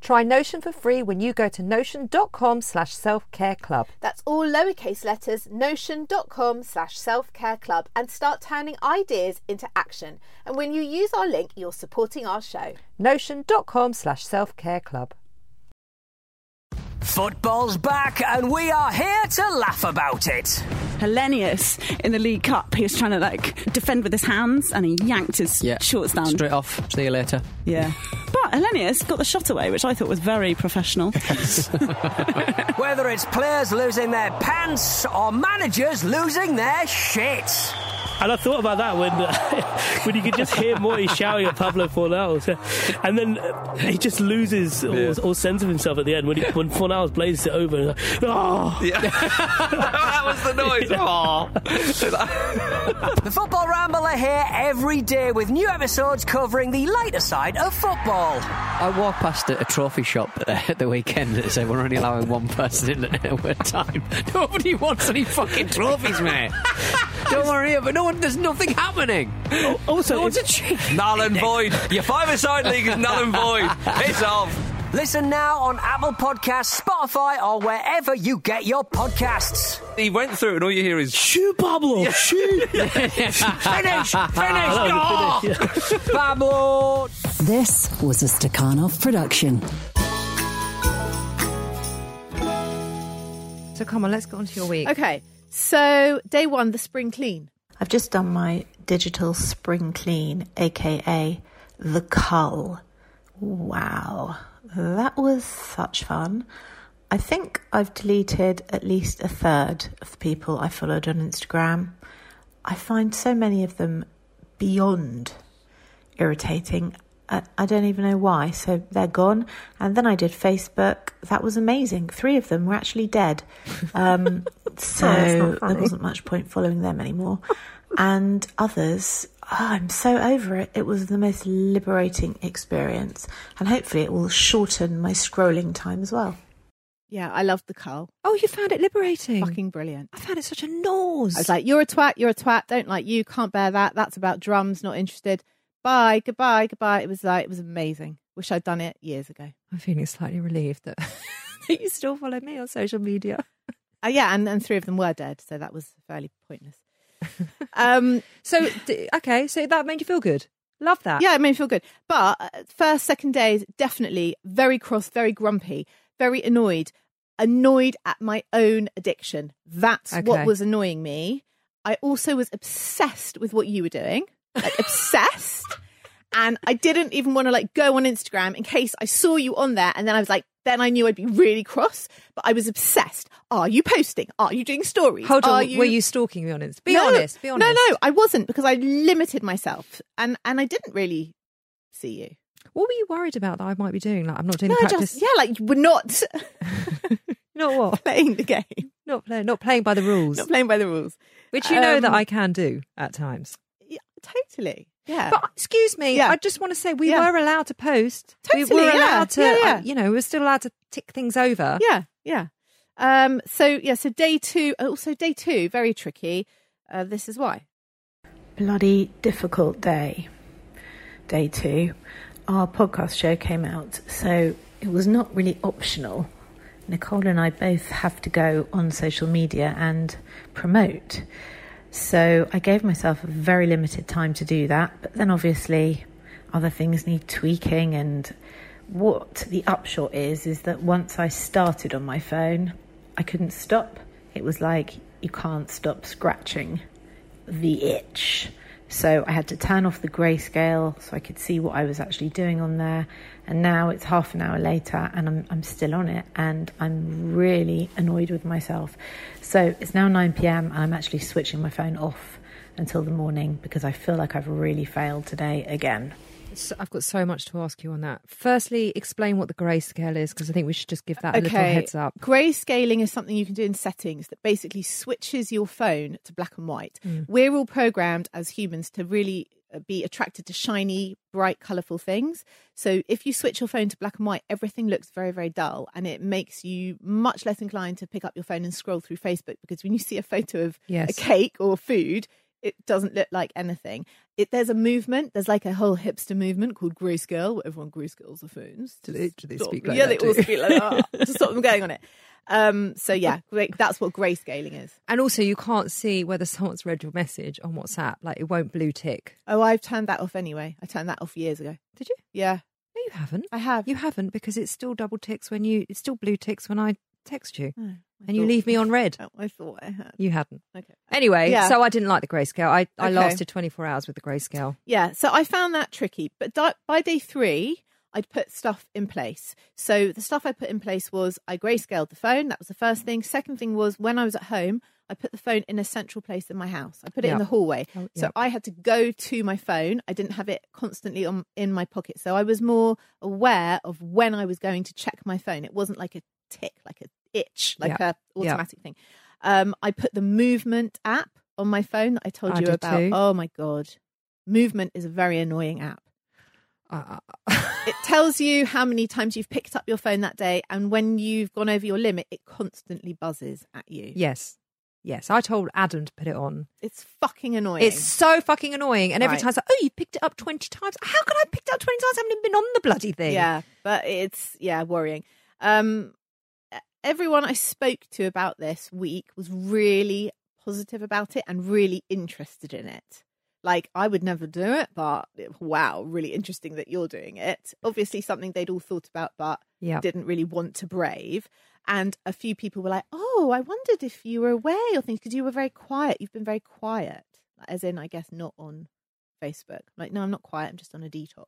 Try Notion for free when you go to notion.com slash self care club.
That's all lowercase letters, notion.com slash self care club, and start turning ideas into action. And when you use our link, you're supporting our show.
Notion.com slash self care club.
Football's back, and we are here to laugh about it. Hellenius in the League Cup. He was trying to like defend with his hands and he yanked his
Yeah.
shorts down.
Straight off. See you later.
Yeah. But Hellenius got the shot away, which I thought was very professional.
Whether it's players losing their pants or managers losing their shit.
And I thought about that when when you could just hear Morty shouting at Pablo Fornals, and then uh, he just loses all,
Yeah.
all sense of himself at the end when he, when Fornals blazes it over. And he's like, oh,
that was the noise. Ah. the Football Ramble are here every day with new episodes covering the lighter side of football.
I walked past a, a trophy shop uh, at the weekend that said we're only allowing one person in at a time. Nobody wants any fucking trophies, mate. Don't worry, but no one. There's nothing happening.
Also,
no one's achieving.
Null and
void.
Your five-a-side league is null and void. Piss off. Listen now on Apple Podcasts, Spotify, or wherever you get your podcasts.
He went through, and all you hear is "Shoot,
Pablo! Shoot!"
finish,
finish,
Oh!
Pablo.
This was a Stakhanov production.
So come on, let's get on to your week.
Okay, so day one, the spring clean.
I've just done my digital spring clean, aka the cull. Wow, that was such fun. I think I've deleted at least a third of the people I followed on Instagram. I find so many of them beyond irritating. I, I don't even know why. So they're gone. And then I did Facebook. That was amazing. Three of them were actually dead. Um, so
Oh, that's not
there
funny.
wasn't much point following them anymore. and others, oh, I'm so over it. It was the most liberating experience. And hopefully it will shorten my scrolling time as well.
Yeah, I loved the cull.
Oh, you found it liberating.
Fucking brilliant.
I found it such a nose.
I was like, you're a twat, you're a twat, don't like you, can't bear that. That's about drums, not interested. Bye, goodbye, goodbye. It was like, it was amazing. Wish I'd done it years ago.
I'm feeling slightly relieved that that you still follow me on social media.
Uh, yeah, and, and three of them were dead, so that was fairly pointless. Um,
so, d- okay, so that made you feel good. Love that.
Yeah, it made me feel good. But uh, first, second days, definitely very cross, very grumpy, very annoyed, annoyed at my own addiction. That's
Okay.
what was annoying me. I also was obsessed with what you were doing, like obsessed. And I didn't even want to like go on Instagram in case I saw you on there. And then I was like, then I knew I'd be really cross, but I was obsessed. Are you posting? Are you doing stories?
Hold
Are
on,
you...
were you stalking me on Insta? Be
No,
honest, be honest.
No, no, I wasn't because I limited myself and and I didn't really see you.
What were you worried about that I might be doing? Like, I'm not doing
No,
the practice.
just yeah, like you were not
Not what?
playing the game,
Not playing, not playing by the rules.
not playing by the rules,
Which you know that
Um,
I can do at times.
totally. Yeah,
But excuse me,
uh, Yeah.
I just want to say we
Yeah.
were allowed to post. we
Totally,
were
yeah.
allowed to,
Yeah, yeah.
I- you know, we were still allowed to tick things over.
yeah, yeah. Um, so yeah, so day two, uh, also day two, very tricky. Uh, this is why.
bloody difficult day. Day two. Our podcast show came out, so it was not really optional. Nicole and I both have to go on social media and promote. So I gave myself a very limited time to do that, but then obviously other things need tweaking and what the upshot is is that once I started on my phone, I couldn't stop. It was like you can't stop scratching the itch. So I had to turn off the grayscale so I could see what I was actually doing on there. And now it's half an hour later and I'm, I'm still on it and I'm really annoyed with myself. So it's now 9 pm and I'm actually switching my phone off until the morning because I feel like I've really failed today again.
So I've got so much to ask you on that. Firstly, explain what the grayscale is because I think we should just give that a little heads up.
Grayscaling is something you can do in settings that basically switches your phone to black and white.
Mm.
We're all programmed as humans to really uh, be attracted to shiny, bright, colourful things. So if you switch your phone to black and white, everything looks very, very dull and it makes you much less inclined to pick up your phone and scroll through Facebook because when you see a photo of
Yes.
a cake or food, it doesn't look like anything. It, there's a movement. There's like a whole hipster movement called grayscale. where Everyone grayscales their phones.
Do they- do they
Stop-
speak like
yeah,
that
they all
too?
speak like that to stop them going on it. Um, so yeah, great. that's what grayscaling is.
And also, you can't see whether someone's read your message on WhatsApp. Like, it won't blue tick.
Oh, I've turned that off anyway. I turned that off years ago.
Did you?
Yeah.
No, you haven't.
I have.
You haven't because it still double ticks when you. It still blue ticks when I text you.
Oh,
and you leave me on red.
Oh, I thought I had.
You hadn't.
Okay.
Anyway,
Yeah.
so I didn't like the grayscale. I, I
Okay.
lasted 24 hours with the grayscale.
Yeah, so I found that tricky. But di- by day three, I'd put stuff in place. So the stuff I put in place was I grayscaled the phone. That was the first thing. Second thing was when I was at home, I put the phone in a central place in my house. I put it in
Yeah.
the hallway.
Oh,
So
yeah.
I had to go to my phone. I didn't have it constantly on in my pocket. So I was more aware of when I was going to check my phone. It wasn't like a tick, like a itch, like
Yeah.
a
Yeah.
automatic thing. Um, I put the movement app on my phone that I told
I
you
did
about.
too.
Oh my god. Movement is a very annoying app.
Uh,
It tells you how many times you've picked up your phone that day, and when you've gone over your limit, it constantly buzzes at you.
yes. Yes. I told Adam to put it on.
It's fucking annoying.
It's so fucking annoying. And every
Right.
time it's like, oh, you picked it up 20 times. How could I have picked it up 20 times? I haven't even been on the bloody thing.
Yeah, but it's yeah worrying. Um, everyone I spoke to about this week was really positive about it and really interested in it. Like I would never do it, but wow, really interesting that you're doing it. Obviously, something they'd all thought about, but
Yeah.
didn't really want to brave. And a few people were like, "Oh, I wondered if you were away or things because you were very quiet. You've been very quiet, as in, I guess, not on Facebook. Like, no, I'm not quiet. I'm just on a detox."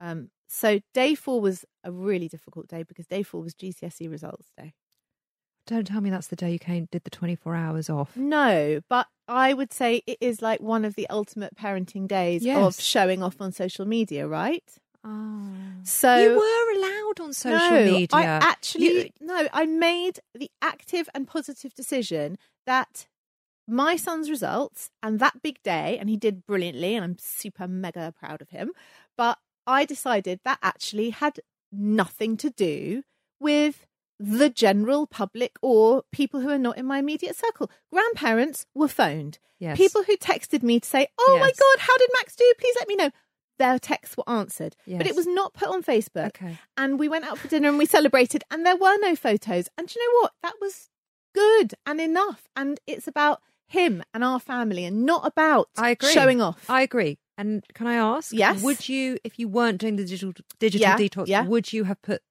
Um, so day four was a really difficult day because day four was GCSE E results day.
Don't tell me that's the day you came, did the 24 hours off.
Mm. No, but I would say it is like one of the ultimate parenting days
Yes.
of showing off on social media, right?
Oh.
So
you were allowed on social
no,
media.
I actually
You-
no, I made the active and positive decision that my son's results and that big day, and he did brilliantly, and I'm super mega proud of him. But I decided that actually had nothing to do with the general public or people who are not in my immediate circle. Grandparents were phoned.
Yes.
People who texted me to say, "Oh my
Yes.
god, how did Max do? Please let me know." Their texts were answered, but
Yes.
it was not put on Facebook
Okay.
and we went out for dinner and we celebrated and there were no photos and do you know what that was good and enough and it's about him and our family and not about
I agree.
showing off
I agree. And can I ask?
Yes.
Would you, if you weren't doing the digital digital
Yeah,
detox,
yeah.
would you have put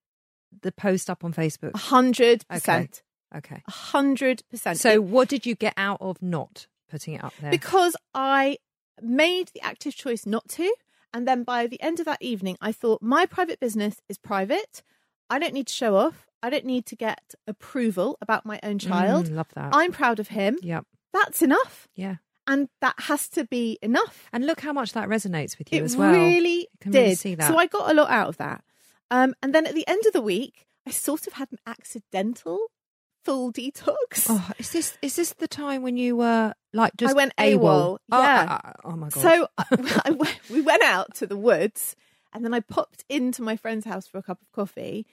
the post up on Facebook?
a hundred
Okay.
percent
Okay.
a hundred percent
So,
It-
what did you get out of not putting it up there?
because i made the active choice not to and then by the end of that evening i thought my private business is private i don't need to show off i don't need to get approval about my own child
Mm, love that.
i'm proud of him
Yep.
that's enough
Yeah.
and that has to be enough
And look how much that resonates with you
it
as well.
really
I can
did.
really see that.
So I got a lot out of that. Um, and then at the end of the week, I sort of had an accidental full detox.
Oh, is this is this the time when you were like just
I went
AWOL?
AWOL. Yeah.
Oh, uh, oh my god.
So I- I went- we went out to the woods, and then I popped into my friend's house for a cup of coffee.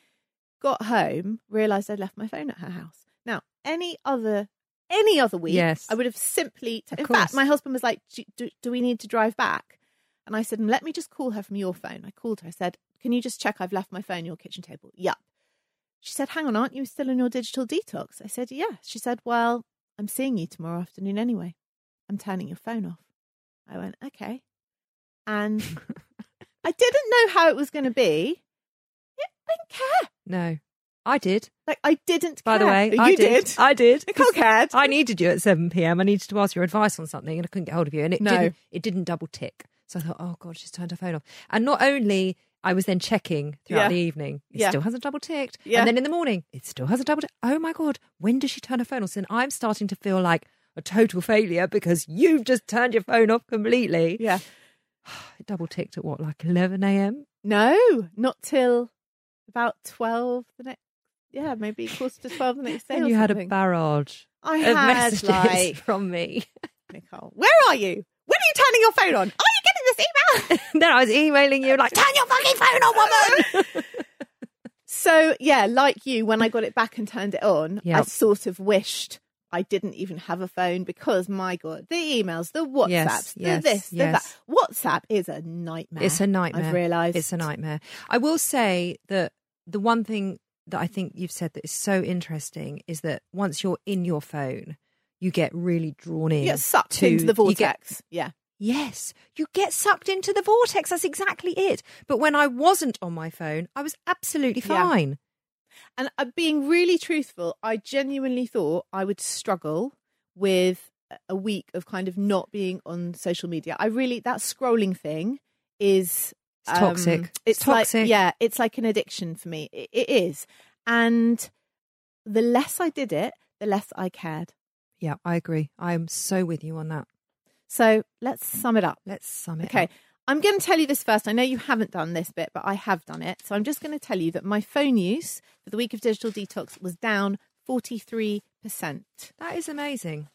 Got home, realised I'd left my phone at her house. Now, any other any other week,
Yes.
I would have simply.
Of
in fact,
course.
my husband was like, do, do, "Do we need to drive back?" And I said, "Let me just call her from your phone." I called her. I said, "Can you just check I've left my phone on your kitchen table?" Yup. She said, "Hang on, aren't you still in your digital detox?" I said, "Yeah." She said, "Well, I'm seeing you tomorrow afternoon anyway. I'm turning your phone off." I went, okay. And I didn't know how it was going to be. Yeah, I didn't care.
no, I did.
Like, I didn't
By the
care.
way,
you
I did. I did.
Nicole
'Cause
cared.
I needed you at seven p.m. I needed to ask your advice on something, and I couldn't get hold of you. And it
No.
didn't. It didn't double tick. So I thought, oh god, she's turned her phone off. And not only I was then checking throughout
Yeah.
the evening, it
Yeah.
still hasn't double ticked.
Yeah.
And then in the morning, it still hasn't double ticked. Oh my god, when does she turn her phone off? So then I'm starting to feel like a total failure because you've just turned your phone off completely.
Yeah.
It double ticked at what, like eleven a.m.
No, not till about 12 the next, yeah, maybe quarter to 12 the next day.
Then
or
you had a
something.
barrage
I
of
had,
messages
like-
from me.
Nicole, where are you? When are you turning your phone on? Are Oh, you getting this email?
then I was emailing you like, turn your fucking phone on, woman.
So yeah, like you, when I got it back and turned it on, I
Yep.
sort of wished I didn't even have a phone because my god, the emails, the
Yes,
WhatsApps, the
yes,
this,
yes.
the that. WhatsApp is a nightmare.
It's a nightmare.
I've realised
It's a nightmare. I will say that the one thing that I think you've said that is so interesting is that once you're in your phone, you get really drawn in.
You get sucked
to-
into the
you get-
vortex. Yeah,
Yes, you get sucked into the vortex. That's exactly it. But when I wasn't on my phone, I was absolutely
Yeah.
fine.
And uh, being really truthful, I genuinely thought I would struggle with a- a week of kind of not being on social media. I really that scrolling thing is um,
It's toxic.
It's,
It's
Like,
toxic.
yeah, it's like an addiction for me. It, it is. And the less I did it, the less I cared.
Yeah, I agree. I am so with you on that.
So let's sum it up.
Let's sum it.
Okay.
up.
I'm going to tell you this first. I know you haven't done this bit, but I have done it. So I'm just going to tell you that my phone use for the week of digital detox was down 43%,
That is amazing.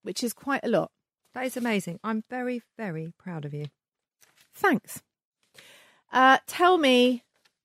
which is quite a lot.
That is amazing. I'm very, very proud of you.
Thanks. Uh, tell me,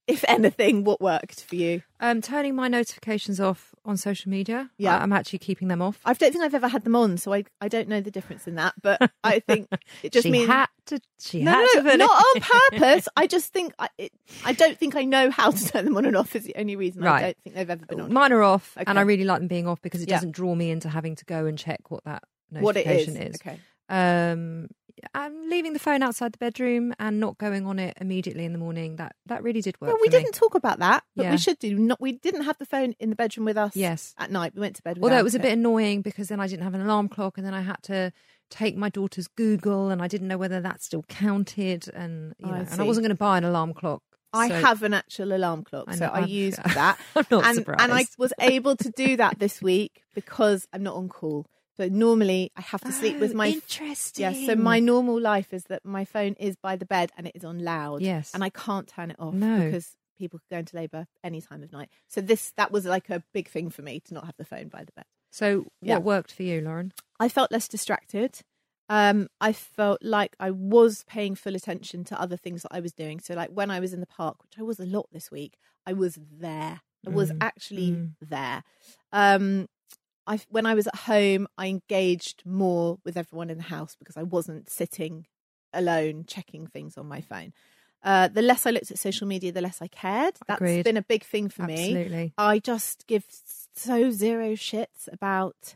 if anything, what worked for you.
Um, turning my notifications off on social media.
Yeah.
I- I'm actually keeping them off.
I don't think I've ever had them on, so I, I don't know the difference in that, but I think it just
she
means.
had to. She
no,
had
no,
to put
not
it-
on purpose. I just think I, it, I don't think I know how to turn them on and off. Is the only reason I
Right.
don't think they've ever been on.
Mine are off,
Okay.
and I really like them being off because it
Yeah.
doesn't draw me into having to go and check what that
What it is.
notification is.
Okay.
Um, I'm leaving the phone outside the bedroom and not going on it immediately in the morning. That that really did work.
Well, we
for me.
didn't talk about that, but
Yeah.
we should do. Not we didn't have the phone in the bedroom with us.
Yes.
at night we went to bed.
Although
without
it was a bit annoying because then I didn't have an alarm clock, and then I had to take my daughter's Google, and I didn't know whether that still counted, and you
Oh, I
know, and
see.
I wasn't going to buy an alarm clock.
I
so-
have an actual alarm clock,
I
so
know,
I
I'm-
used that.
I'm not
and,
surprised.
And I was able to do that this week because I'm not on call. So normally I have to sleep with
Oh,
my
interesting.
Yeah, so my normal life is that my phone is by the bed and it is on loud.
Yes.
and I can't turn it off
No.
because people could go into labour any time of night. So this that was like a big thing for me to not have the phone by the bed.
So
Yeah.
what worked for you, Lauren?
I felt less distracted. Um, I felt like I was paying full attention to other things that I was doing. So, like when I was in the park, which I was a lot this week, I was there. I was
Mm,
actually
mm.
there. Um, I when I was at home, I engaged more with everyone in the house because I wasn't sitting alone checking things on my phone. Uh, the less I looked at social media, the less I cared. That's
Agreed.
been a big thing for me.
Absolutely.
I just give so zero shits about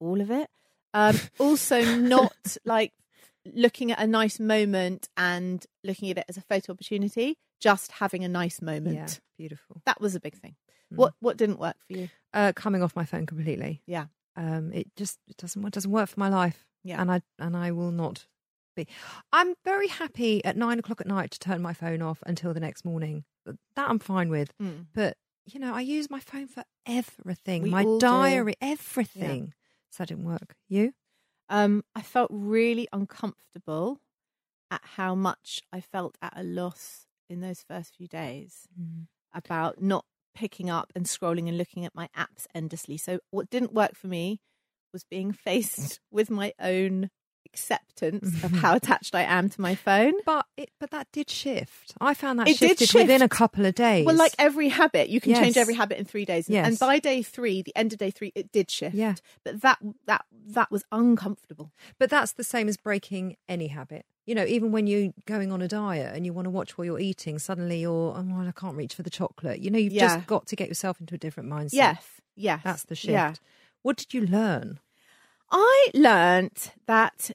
all of it. Um, also, not like looking at a nice moment and looking at it as a photo opportunity, just having a nice moment.
Yeah, beautiful.
That was a big thing.
Mm.
What what didn't work for you?
Uh, coming off my phone completely.
Yeah.
Um, it just it doesn't it doesn't work for my life.
Yeah.
And I and I will not be. I'm very happy at nine o'clock at night to turn my phone off until the next morning. That I'm fine with.
Mm.
But you know, I use my phone for everything.
We
my
all do.
diary, everything. So that didn't work. You?
Um, I felt really uncomfortable at how much I felt at a loss in those first few days about not picking up and scrolling and looking at my apps endlessly. So, what didn't work for me was being faced with my own acceptance of how attached I am to my phone.
Mm-hmm. But it but that did shift. I found that
It did
shifted within a
shift.
couple of days.
Well, like every habit, you can change
Yes.
every habit in three days, and,
Yes.
and by day three, the end of day three, it did shift.
Yeah.
But that that that was uncomfortable.
But that's the same as breaking any habit. You know, even when you're going on a diet and you want to watch what you're eating, suddenly you're, oh, well, I can't reach for the chocolate. You know, you've
Yeah.
just got to get yourself into a different mindset.
Yes, yes,
That's the shift.
yeah.
What did you learn?
I learnt that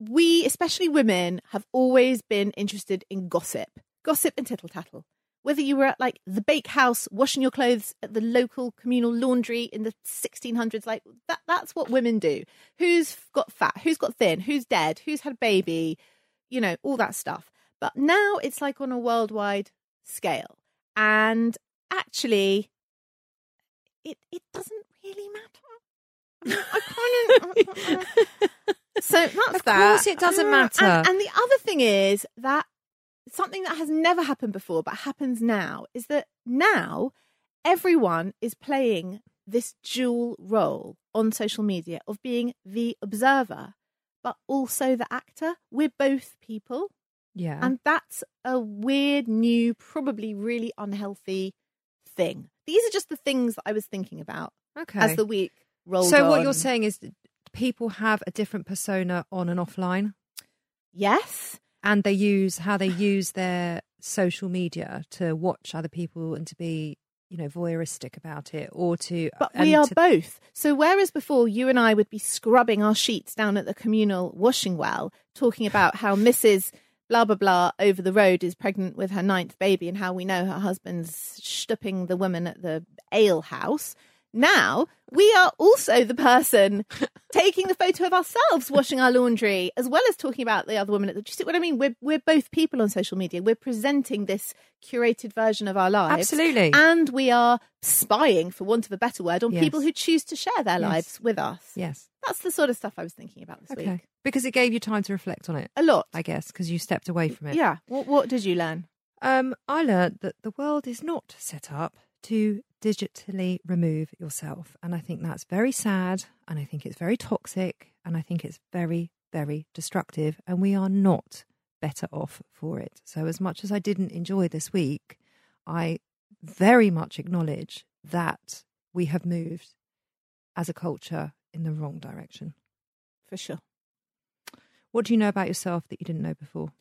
we, especially women, have always been interested in gossip, gossip and tittle tattle. Whether you were at like the bakehouse washing your clothes at the local communal laundry in the 1600s, like that, that's what women do. Who's got fat? Who's got thin? Who's dead? Who's had a baby? You know, all that stuff. But now it's like on a worldwide scale. And actually, it, it doesn't really matter. I kind of. so that's
Of
that.
course it doesn't
Mm,
matter.
And, and the other thing is that something that has never happened before but happens now is that now everyone is playing this dual role on social media of being the observer but also the actor. We're both people.
Yeah.
And that's a weird, new, probably really unhealthy thing. These are just the things that I was thinking about
okay.
as the week rolled
so what you're
on.
saying is that people have a different persona on and offline
Yes.
and they use how they use their social media to watch other people and to be, you know, voyeuristic about it or to.
But we
and
are
to-
both. So whereas before you and I would be scrubbing our sheets down at the communal washing well, talking about how Mrs. blah blah blah over the road is pregnant with her ninth baby and how we know her husband's stupping the woman at the ale house now we are also the person taking the photo of ourselves washing our laundry as well as talking about the other woman at the do you see what i mean we're, we're both people on social media we're presenting this curated version of our lives
Absolutely.
and we are spying for want of a better word on
Yes.
people who choose to share their
Yes.
lives with us
Yes.
that's the sort of stuff i was thinking about this
Okay.
week
Because it gave you time to reflect on it.
a lot
I guess because you stepped away from it.
yeah what, what did you learn
Um, I learned that the world is not set up to digitally remove yourself. And I think that's very sad. And I think it's very toxic. And I think it's very, very destructive. And we are not better off for it. So, as much as I didn't enjoy this week, I very much acknowledge that we have moved as a culture in the wrong direction.
for sure
What do you know about yourself that you didn't know before?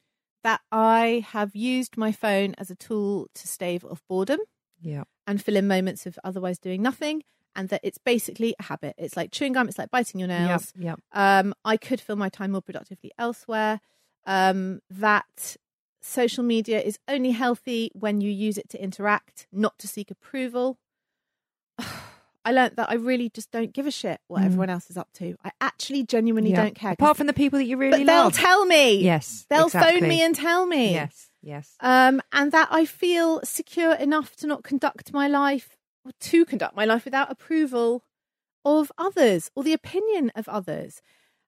that I have used my phone as a tool to stave off boredom
Yeah.
and fill in moments of otherwise doing nothing, and that it's basically a habit. It's like chewing gum, it's like biting your nails.
Yep, yep.
Um, I could fill my time more productively elsewhere. Um, that social media is only healthy when you use it to interact, not to seek approval. I learnt that I really just don't give a shit what
Mm.
everyone else is up to. I actually genuinely
Yeah.
don't care. 'cause-
Apart from the people that you really
but
love.
they'll tell me.
Yes.
They'll
exactly.
phone me and tell me.
Yes, yes.
Um, and that I feel secure enough to not conduct my life or to conduct my life without approval of others or the opinion of others.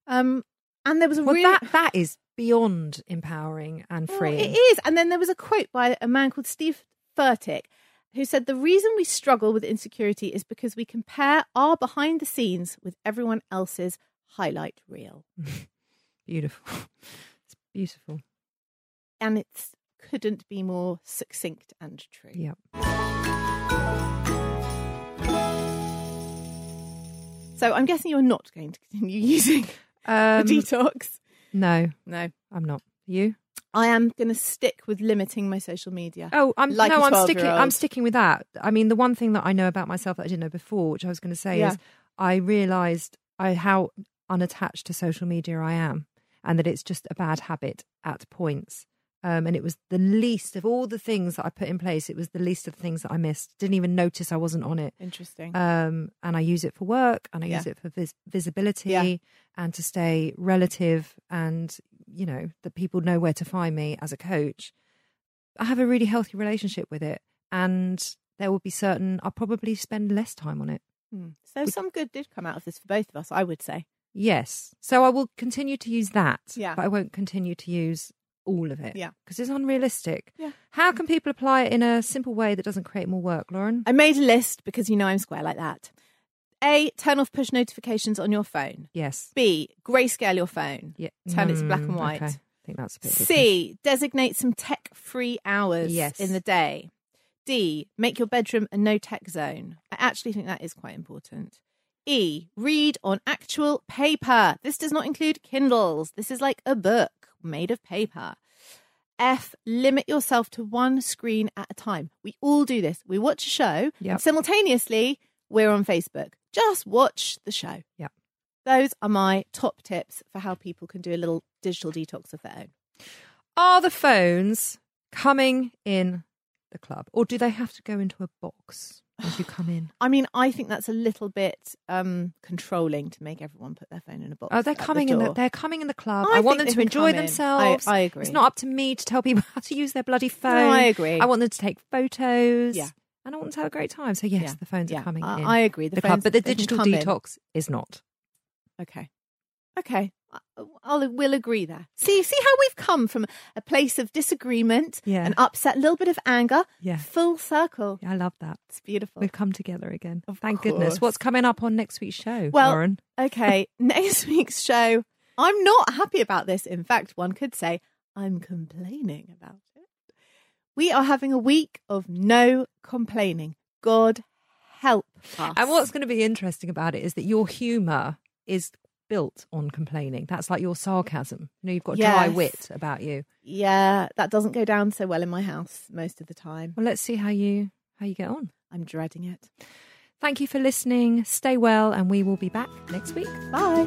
Um, and there was a
Well,
really
that that is beyond empowering and
Well,
freeing.
it is. And then there was a quote by a man called Steve Furtick who said the reason we struggle with insecurity is because we compare our behind the scenes with everyone else's highlight reel.
Beautiful. It's beautiful.
And it couldn't be more succinct and true.
Yeah.
So I'm guessing you're not going to continue using
Um,
a detox.
no,
No,
I'm not. You?
I am going to stick with limiting my social media.
Oh, I'm
like
no,
i
I'm sticking. I'm sticking with that. I mean, the one thing that I know about myself that I didn't know before, which I was going to say,
Yeah.
is I realised I how unattached to social media I am, and that it's just a bad habit at points. Um, and it was the least of all the things that I put in place. It was the least of the things that I missed. Didn't even notice I wasn't on it.
Interesting.
Um, and I use it for work, and I
Yeah.
use it for vis- visibility,
Yeah.
and to stay relative, and you know that people know where to find me as a coach. I have a really healthy relationship with it, and there will be certain I'll probably spend less time on it.
Hmm. so some good did come out of this for both of us, I would say.
Yes, so I will continue to use that,
Yeah.
but I won't continue to use all of it,
Yeah.
because it's unrealistic.
Yeah.
How can people apply it in a simple way that doesn't create more work, Lauren?
I made a list because you know I'm square like that. A, turn off push notifications on your phone.
yes,
B, grayscale your phone.
yeah,
Turn it to black and
Mm,
white.
okay. I think that's a bit. ridiculous.
C, designate some tech free hours
Yes.
in the day. D, make your bedroom a no tech zone. I actually think that is quite important. E, read on actual paper. This does not include Kindles. This is like a book made of paper. F, limit yourself to one screen at a time. We all do this. We watch a show,
Yep.
and simultaneously, we're on Facebook. Just watch the show.
Yep.
Those are my top tips for how people can do a little digital detox of their own.
Are the phones coming in the club, or do they have to go into a box as you come in?
I mean, I think that's a little bit um, controlling to make everyone put their phone in a box.
Oh, they're
at the
coming in. The,
door.
they're coming in the club.
I
I, want
think
them
they
to
can come
enjoy
in. I-
themselves.
I agree.
It's not up to me to tell people how to use their bloody phone.
I agree.
I want them to take photos.
Yeah.
And I want them to have a great time. So yes,
Yeah.
the phones
Yeah.
are coming
I-
in.
I agree. The
The, club,
phones-
but the
they can
digital
come in.
detox is not.
Okay. Okay.
Uh,
I- I'll, we'll agree there. See, see how we've come from a place of disagreement
Yeah.
and upset, a little bit of anger,
Yeah.
full circle.
I love that.
It's beautiful.
We've come together again.
Of
Thank goodness.
course.
What's coming up on next week's show,
Well,
Lauren?
okay, next week's show, I'm not happy about this. In fact, one could say I'm complaining about it. We are having a week of no complaining. God help us.
And what's going to be interesting about it is that your humour is built on complaining. That's like your sarcasm. You know, you've got dry
Yes.
wit about you.
Yeah, that doesn't go down so well in my house most of the time.
Well, let's see how you how you get on.
I'm dreading it.
Thank you for listening. Stay well, and we will be back next week.
Bye.